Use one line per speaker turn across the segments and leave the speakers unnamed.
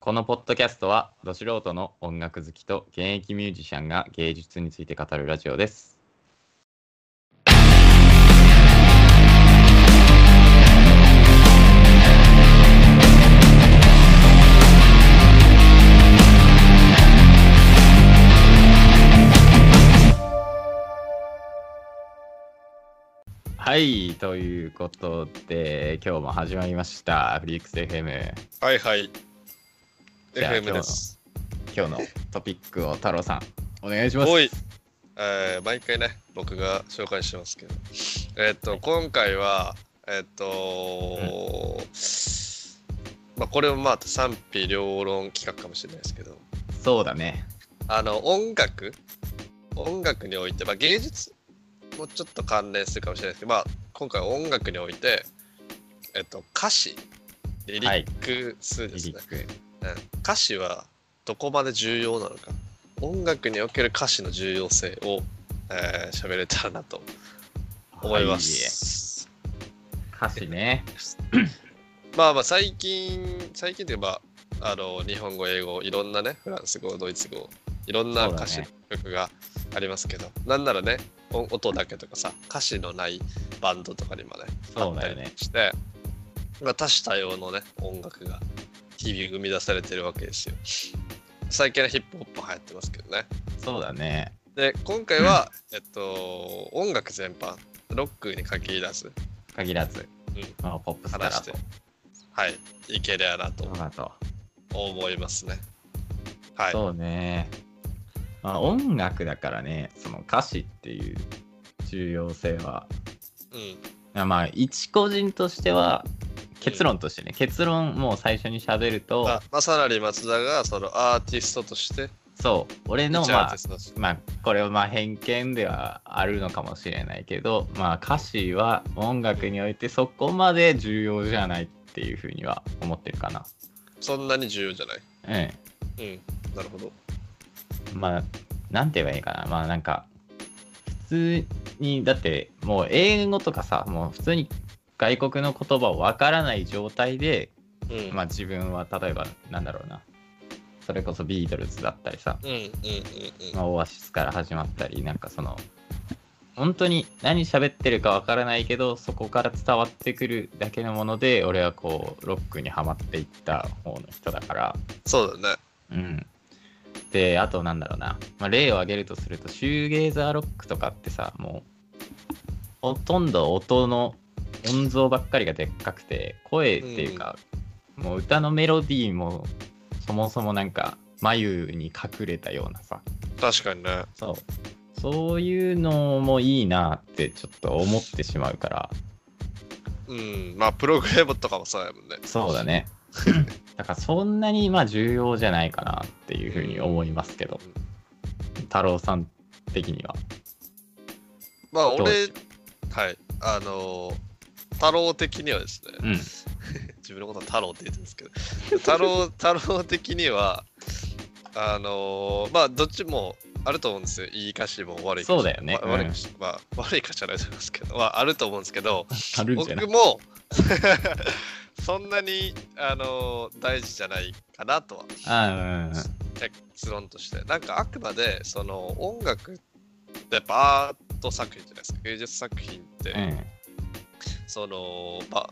このポッドキャストは、ど素人の音楽好きと現役ミュージシャンが芸術について語るラジオです。はい、ということで、今日も始まりました。フリークス FM。
はいはい。
じゃあ
FM です。
今日のトピックを太郎さん、お願いします。
おい、えー毎回ね、僕が紹介してますけど。えっ、と、今回は、えっ、とまあ、これもまあ賛否両論企画かもしれないですけど、
そうだね。
あの、音楽音楽において、まあ、芸術もちょっと関連するかもしれないですけど、まあ、今回は音楽において、えっ、と、歌詞、リリック数です
リ
ね。
リック。
うん歌詞はどこまで重要なのか音楽における歌詞の重要性をえー喋、れたらなと思いま
は
す、
い。歌詞ね。
まあまあ最近最近というかまああの日本語英語いろんなねフランス語ドイツ語いろんな歌詞、
そう
曲がありますけどなんならねお音だけとかさ歌詞のないバンドとかにもねあ
そう
った
だよ
り
ね。
して、まあ、多種多様のね音楽が日々生み出されてるわけですよ最近はヒップホップ流行ってますけどね
そうだね。
で今回は、えっと音楽全般ロックに限らず
限らず、
うん
まあ、ポップスから
話し
と
て。はいいけりゃな
そ
と
うだと。
思いますねはい
そうね。まあ、音楽だからね、その歌詞っていう重要性は、
うん
まあ、一個人としては、結論としてね、結論もう最初に喋ると、
まあまさなり松田がそのアーティストとして
そう、俺の
一
ま
アー
あ
ティ、ストとして
まあ、これはまあ偏見ではあるのかもしれないけど、まあ、歌詞は音楽においてそこまで重要じゃないっていうふうには思ってるかな。
そんなに重要じゃない
うん。
うんなるほど
まあ、なんて言えばいいかな。まあなんか、普通に、だってもう英語とかさ、もう普通に外国の言葉をわからない状態で、
うん、
まあ自分は例えばなんだろうな。それこそビートルズだったりさ、
うんうんうんうん
まあ、オアシスから始まったりなんかその本当に何喋ってるかわからないけどそこから伝わってくるだけのもので俺はこうロックにはまっていった方の人だから
そうだね
うんであとなんだろうな、まあ、例を挙げるとするとシューゲーザーロックとかってさもうほとんど音の音像ばっかりがでっかくて声っていうか、もう歌のメロディーもそもそもなんか眉に隠れたようなさ
確かにね
そう。そういうのもいいなってちょっと思ってしまうから。
うん、まあプログレムとかもそうやもんね。
そうだね。 だからそんなにまあ重要じゃないかなっていうふうに思いますけど、
うん。
太郎さん的には。
まあ
どう
俺、はい、あのー太郎的にはですね、
うん。
自分のことは太郎って言ってるんですけど、太郎、太郎的には、あのーまあどっちもあると思うんですよ。いい歌詞も悪い歌詞も。
そうだよね
まあ悪い歌詞、まあ悪い歌詞じゃないと思いますけど、まああると思うんですけど、
あるんじゃない
僕も そんなに、あのー大事じゃないかなとは
あー
結論としてなんかあくまでその音楽ってやっぱアート作品じゃないですか芸術作品って、
うんうん。うん。
そのまあ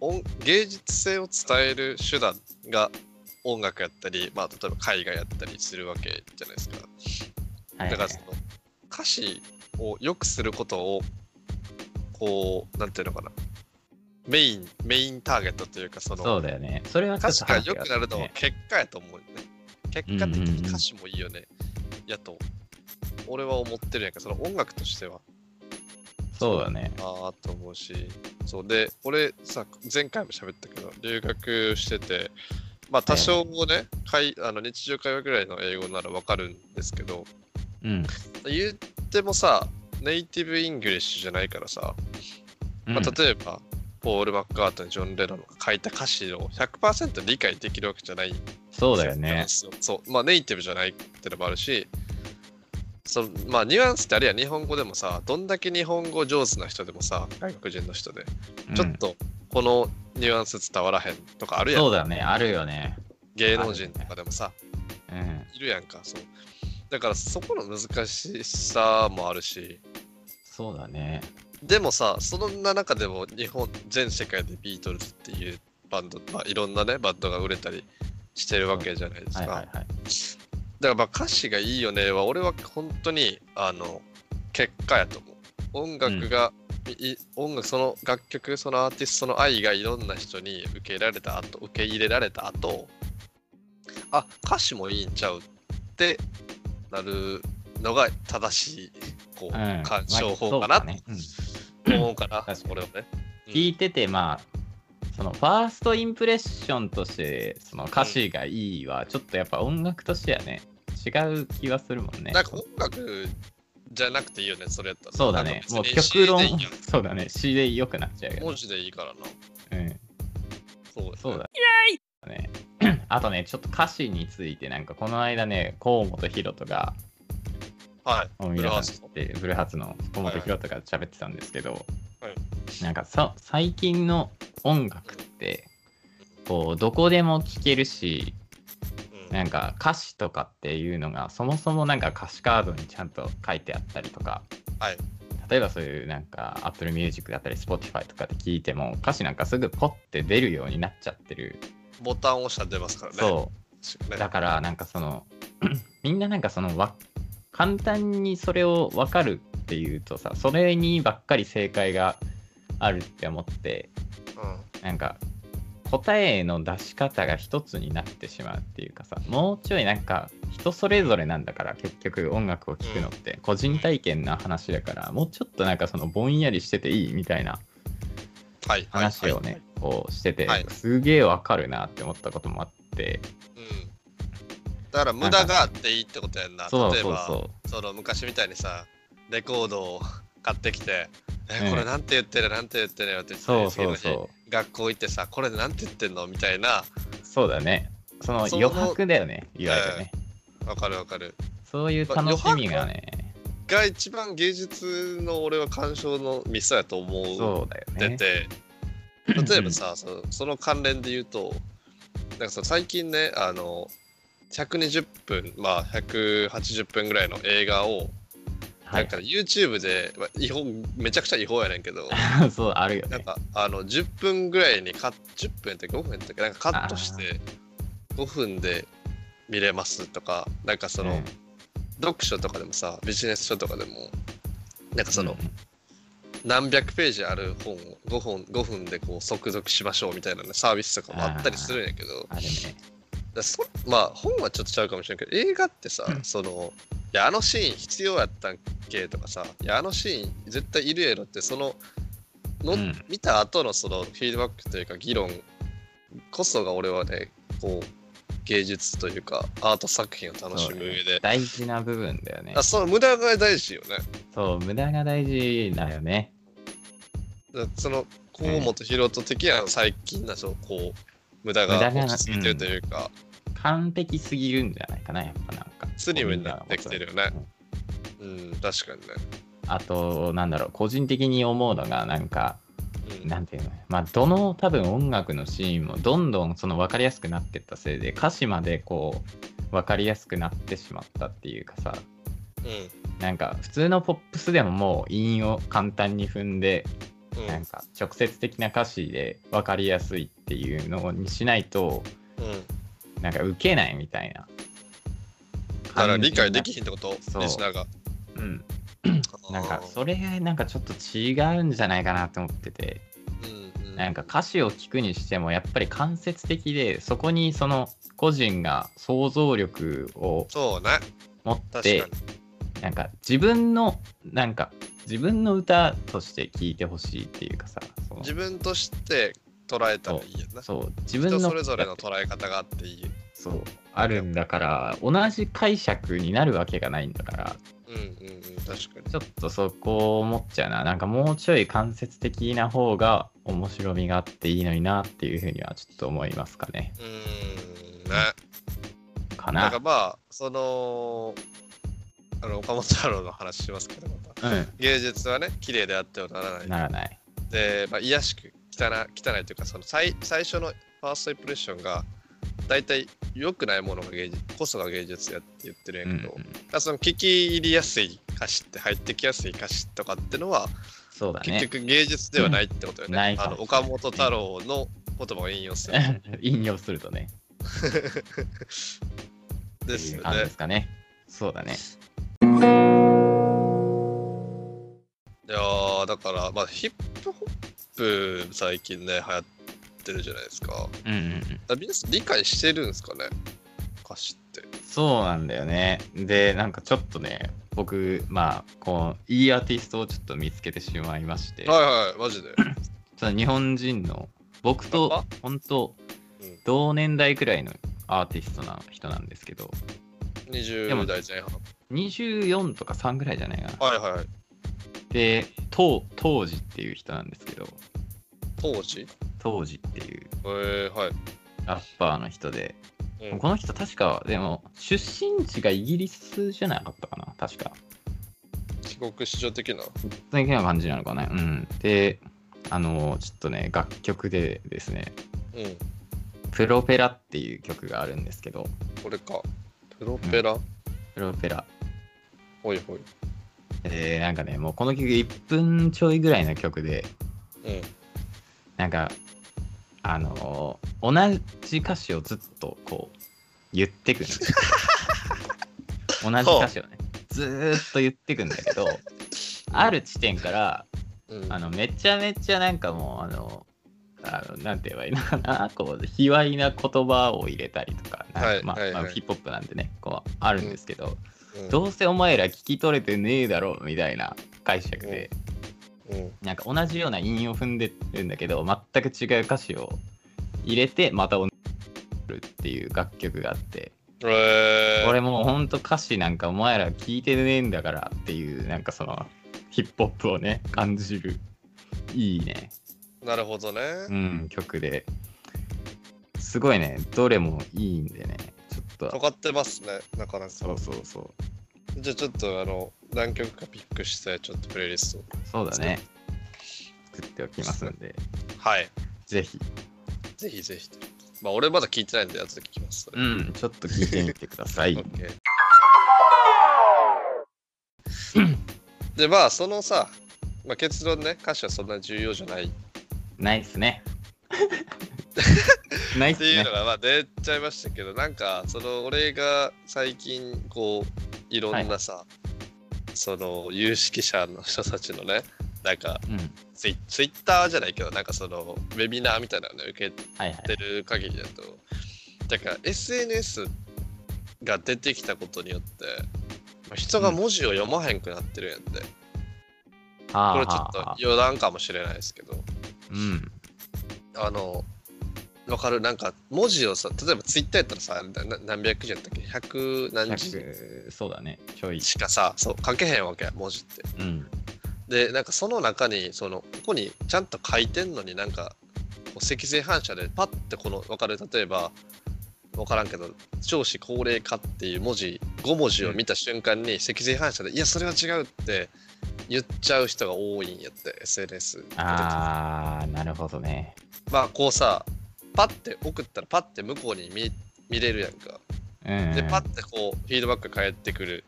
音芸術性を伝える手段が音楽やったり、まあ、例えば絵画やったりするわけじゃないですか
はいはい
だからその歌詞を良くすることをこうなんていうのかなメインメインターゲットというかその
そうだよね。それはちょ
歌
っ
詞
と
が
話
良くなるのは
ね
結果やと思うよね。結果的に歌詞もいいよね。やと、俺は思ってるやんか、その音楽としては。
そうだね。
ああと思うし。そうで、俺さ、前回も喋ったけど、留学してて、まあ多少もね、会あの日常会話ぐらいの英語ならわかるんですけど、
うん。
言ってもさ、ネイティブイングリッシュじゃないからさ、まあ、例えば、ポール・マッカートニー、ジョン・レノンが書いた歌詞を100%理解できるわけじゃない
そうだよね。
そうそうまあネイティブじゃないってのもあるしそのまあニュアンスってあるいは日本語でもさどんだけ日本語上手な人でもさ外国人の人で、
うん
ちょっとこのニュアンス伝わらへんとかあるやん
そうだね。あるよね。
芸能人とかでもさ、
うん。
いるやんか、そう。だからそこの難しさもあるし、
そうだね。
でもさ、そんな中でも日本全世界でビートルズっていうバンド、まあ、いろんなね、バンドが売れたりしてるわけじゃないですか。
はいはいはい。
だからまあ歌詞がいいよねは俺は本当にあの結果やと思う音楽が、い音楽その楽曲そのアーティストの愛がいろんな人に受け入れられた後受け入れられた後あ歌詞もいいんちゃうってなるのが正しいこう、
うん。
鑑賞
ま
法
あ
かな
そうだねうん
と思うかな、
確かに
俺はねうん
聞いてて、まあ、そのファーストインプレッションとして、その歌詞がいいは、ちょっとやっぱ音楽としてはね、違う気はするもんね。
なんか音楽じゃなくていいよねそれやったら
そうだ
なん
ね
か。別
もう
に
極
CD でい
論
いや、
そうだね。詩で良くなっちゃうけ
ん
ど
文。字でいいからな
うん。
そうよね
そうだ。ね。あとね、ちょっと歌詞について、なんかこの間ね、河本ヒロとが、
はい
もう皆さん知ってるブルーハーツの河本ヒロとが喋ってたんですけど、
はい
なんかさ最近の音楽って、こう、どこでも聴けるし、
うん
なんか歌詞とかっていうのがそもそもなんか歌詞カードにちゃんと書いてあったりとか、
はい
例えばそういうなんか Apple Music だったり Spotify とかで聞いても歌詞なんかすぐポッて出るようになっちゃってる、
ボタンを押したら出ますからね。。
そううだからなんかその みんななんかそのわ簡単にそれを分かるっていうとさそれにばっかり正解があるって思って
う。
なんか答えの出し方が一つになってしまうっていうかさもうちょいなんか人それぞれなんだから結局音楽を聴くのって個人体験な話だからもうちょっとなんかそのぼんやりしてていいみたいなん
はい。
話を
はい。は
ねこうしてて
はい
すげえわかるなって思ったこともあって
いうん。だから無駄があっていいってことやんな。
そう
例え
そう
ば
そ
その昔みたいにさ、レコードを買ってきて、
う
え、
ん
これなんて言ってるなんて言ってるよって言
う
って、
そうそう
次の
そ
日学校行ってさ、これなんて言ってんのみたいな。
うそうだねその
その
余白だよねいわゆるね
わかるわかる。
そういう楽しみがね
が一番芸術の俺は鑑賞のミスやと思う
そうだよ
出
ね
て、例えばさそのその関連で言うとなんかさ最近ねあの120分まあ180分ぐらいの映画を、
は
なんか YouTube で、まあ違法めちゃくちゃ違法やねん けど
いそうあるよ
なん
ね
かあの10分ぐらいにカッ10分って5分とかなんかカットして5分で見れますとかなんかその、
うん
読書とかでもさビジネス書とかでもなんかその、
うん
何百ページある本を5本 ,5 分でこう速読しましょうみたいな、ね、サービスとかもあったりするんやけど
あるね
だそまあ本はちょっとちゃうかもしれんけど映画ってさ、
うん
そのいやあのシーン必要やったんけとかさいやあのシーン絶対いるやろってそのの、
うん
見た後のそのフィードバックというか議論こそが俺はねこう芸術というかアート作品を楽し
そう
む上
だね
で。
大事な部分だよね
あその無駄が大事よね。
そう無駄が大事だよね
だその河本ロ人的には最近だとこう無駄が
無駄が
落ち着いてるというか、
完璧すぎるんじゃないかなやっぱなんか
スリムになってきてるよね
うん
うん、確かにね。
あとなんだろう個人的に思うのがなんか
うん
なんていうのまあどの多分音楽のシーンもどんどんその分かりやすくなってったせいで歌詞までこう分かりやすくなってしまったっていうかさ
う
なんか普通のポップスでももう韻を簡単に踏んで
ん、
なんか直接的な歌詞で分かりやすいっていうのにしないと
うん、うん。
なんか受けないみたいな。
だから理解できひんってこと
そう
リスナーが。
うん。なんかそれがなんかちょっと違うんじゃないかなと思ってて、
うん、
なんか歌詞を聞くにしてもやっぱり間接的で、そこにその個人が想像力を
そうね、
持っ
確
て
か、
なんか自分のなんか自分の歌として聴いてほしいっていうかさ、その
に。自分として捉えたらいいやな。
そう自分の
人それぞれの捉え方があっていい。
そうあるんだから同じ解釈になるわけがないんだから
うんうんうん、確かに。
ちょっとそこを思っちゃうな。なんかもうちょい間接的な方が面白みがあっていいのになっていうふうにはちょっと思いますかね。
うーん、ね。
か
なん
な
か。まあ、その、あの岡本太郎の話しますけど、また
う
芸術はね、綺麗であってはならない
ん。。ならない。
で、まあ、癒やしく汚汚いというかその最最初のファーストインプレッションが大体良くないものが芸術こそが芸術やって言ってる
うんん
やけど、だからその聞き入りやすい歌詞って入ってきやすい歌詞とかってのは
そうだ
結
ね。
局芸術ではないってことよ
うんな
ね
い。か
あ
も
の岡本太郎の言葉を引用する
引用するとね。
で
って
す
い
よ
う感じ
ね
で。すかね。そうだね。
いやーだから、まあ、ヒップホップ最近ね流行ってるじゃないですか。だか
うんうんうん。
ら皆さん理解してるんですかね歌詞って。
そうなんだよね。で、なんかちょっとね、僕、まあ、こう、いいアーティストをちょっと見つけてしまいまして、
はいはい、マジで。
その日本人の、僕と
あ
本当
うん、
同年代くらいのアーティストな人なんですけど、でも
20代前半。
24とか3ぐらいじゃないかな。
はいはい。
で、当当時っていう人なんですけど、
当時
当時っていう
えー、はい。
ラッパーの人で、
うん
この人確か、でも、出身地がイギリスじゃなかったかな、確か。
帰国子女的な。
的な感じなのかね。うん。で、あの、ちょっとね、楽曲でですね、
うん。
プロペラっていう曲があるんですけど、
これか。プロペラ、
プロペラ。
ほいほい。
えー、なんかね、もうこの曲1分ちょいぐらいの曲で、
うん。
なんか、あのー同じ歌詞をずっとこう、言って くんですよ同じ歌詞をね、ずーっと言ってくんだけど、ある地点から、
うん、
あのめちゃめちゃなんかもうあのあのなんて言えばいいのかなこう卑猥な言葉を入れたりとかなんか
はい
まあ
はい
まあ
はい
ヒップホップなんでねこうあるんですけど、
うん
どうせお前ら聞き取れてねえだろみたいな解釈で、
うん
なんか同じような韻を踏んでるんだけど全く違う歌詞を入れてまた同じるっていう楽曲があって、
えー、
俺もうほんと歌詞なんかお前ら聞いてねえんだからっていうなんかそのヒップホップをね感じるいいね
なるほどね。
うん、曲で。すごいね、どれもいいんでね、ちょっと。
尖ってますね、なかなか。
そうそうそう。
じゃあちょっとあの何曲かピックしてちょっとプレイリストを
そうだね。作っておきますんで、
はい
ぜひ、
ぜひぜひまあ俺まだ聞いてないんで後で聞きます
う、ん、ちょっと聞いてみてください。
オッケーでまあそのさ、まあ、結論ね歌詞はそんなに重要じゃないっ
ないっす ね。ないってす
いう
ね
の。がまあ出ちゃいましたけどなんかその俺が最近こういろんなさ、その有識者の人たちのねなんか
うん、
ツイツイッターじゃないけどなんかそのウェビナーみたいなのね受け
はいは
や
い。
ってる限りだとだから SNS が出てきたことによってまあ人が文字を読まへんくなってるんやって、
はあ
これちょ
は
っ
あ
と
はあ。
余談かもしれないですけど
うん。
あのわかるなんか文字をさ例えばツイッターやったらさなな何百字やったっけ百何字
100そうだね、ちょい。
しかさそう書けへんわけや文字って
うん。
でなんかその中にそのここにちゃんと書いてんのになんかこう脊髄反射でパッてこの分かる例えば分からんけど「少子高齢化」っていう文字5文字を見た瞬間に脊髄反射で「いやそれは違う」って言っちゃう人が多いんやって SNS
あー、なるほどね。
まあこうさパッて送ったらパッて向こうに見見れるやんか
うん。
でパッてこうフィードバック返ってくる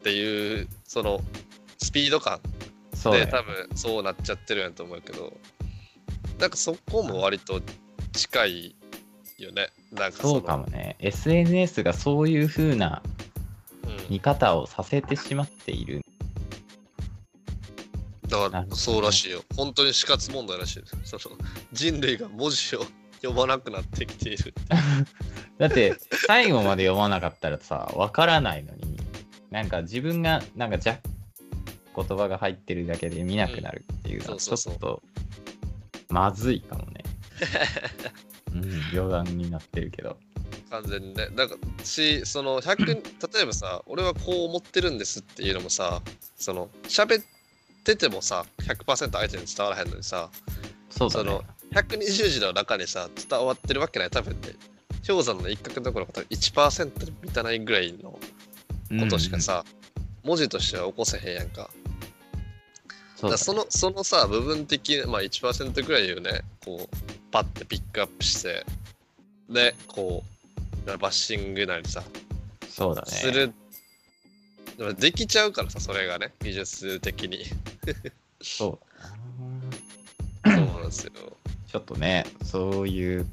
っていうそのスピード感
そうだ
で
よ
多分そうなっちゃってるんやと思うけどなんかそこも割と近いよねなんかの
そうかもね。SNS がそういう風な
うん
見方をさせてしまっている。
だか
なるほど
ら
ね
そうらしいよ本当に死活問題らしいですその人類が文字を読まなくなってきている
だって最後まで読まなかったらさわからないのになんか自分がなんかじゃ言葉が入ってるだけで見なくなるっていうの
う
は
ん
ち
そ
ょ
うそうそう
っとまずいかも ね。うん、余談になってるけど。
完全にねだからしその100例 えばさ俺はこう思ってるんですっていうのもさその喋っててもさ100%相手に伝わらへんのにさ
そうだ
そ
ね
の。120字の中にさ伝わってるわけない多分ね氷山の一角どころか多分1%に満たないぐらいのこ
うん
としか、さ、文字としては起こせへんやんか
そうだ
だから
ね
そのそのさ部分的、まあ、1%ぐらいをねこうパッてピックアップしてでこうバッシングなりさ、
そうだね。
する。でもできちゃうからさ、それがね、技術的 に。
そうだな。
そうなんですよ。
ちょっとね、そういう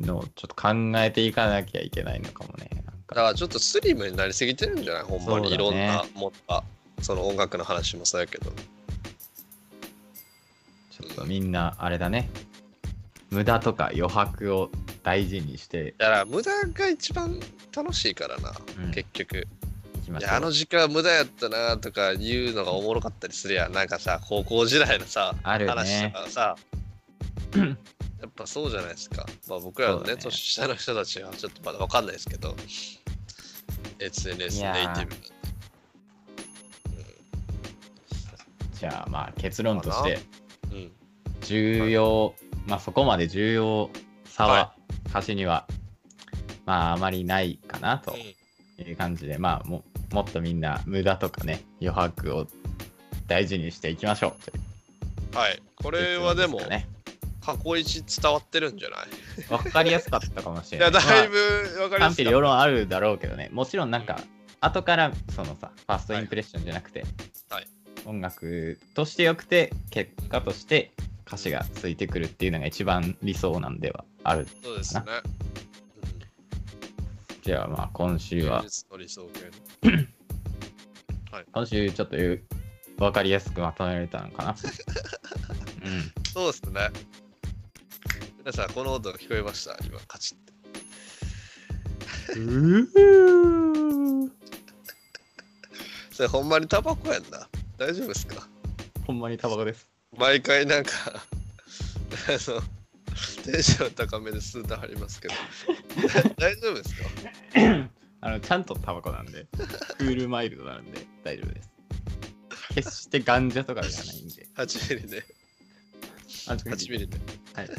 のをちょっと考えていかなきゃいけないのかもね。なん
だ
か
からちょっとスリムになりすぎてるんじゃないほんまに
そ
いう
だね
ろんなもった、その音楽の話もそうやけど。
ちょっとみんな、あれだね。無駄とか余白を大事にして
だから無駄が一番楽しいからな、
うん
結局。
いきま
い
し
や、あ
ょ
の
う。
時間無駄やったなとか言うのがおもろかったりするやん。なんかさ、高校時代のさ、
あるよね
話と かさ、やっぱそうじゃないですか。まあ僕らの
そうだ
ね、
ね
年下の人たちはちょっとまだわかんないですけど、SNS
い
ネイテ
やー
ィブ。
じゃあまあ結論として、
うん。
重要、まあそこまで重要さは歌詞には、まああまりないかなという感じで、まあももっとみんな無駄とかね、余白を大事にしていきましょうという
はい。
結論すかね。こ
これはでも、過去一伝わってるんじゃない
わかりやすかったかもしれ
い
な
や、
い。
だい
ま
ぶわか
あ
りま
賛
す
否
か
両論あるだろうけどね、もちろんなんか、
う
後からそのさ、ファーストインプレッションじゃなくて、
はい
音楽としてよくて、結果として歌詞がついてくるっていうのが一番理想なんではある。
そうですね。
じゃあまあ今
うん、
週は
現、実の理想形ね
今週ちょっと言う分かりやすくまとめられたのか な。うん、
そうですね。皆さん、この音が聞こえました今、カチッて。それ、ほんまにタバコやんな。大丈夫ですか
ほんまにタバコです。
毎回なんか 、あの、テンション高めで吸うてはりますけど。 大丈夫ですか
あのちゃんとタバコなんで、クールマイルドなんで大丈夫です。決してガンジャとかじゃないんで。
?8 ミリで、
あ、ちょっと
8ミリで。
はい。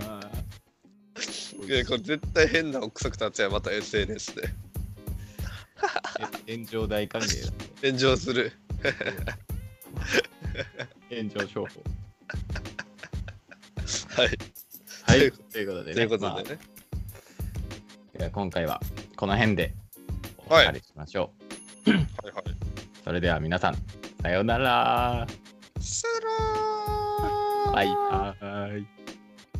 まあ
いや、これ絶対変な奥測達也、また SNS で。
え炎上大歓迎なんで
炎上する。
炎上商法。
はい。
はい、ということでね。
ということ
まあ
でね。
では今回はこの辺でお
はい
別れしましょう。
はいはい。
それでは皆さん、さようなら。
さよなら
バイバイ。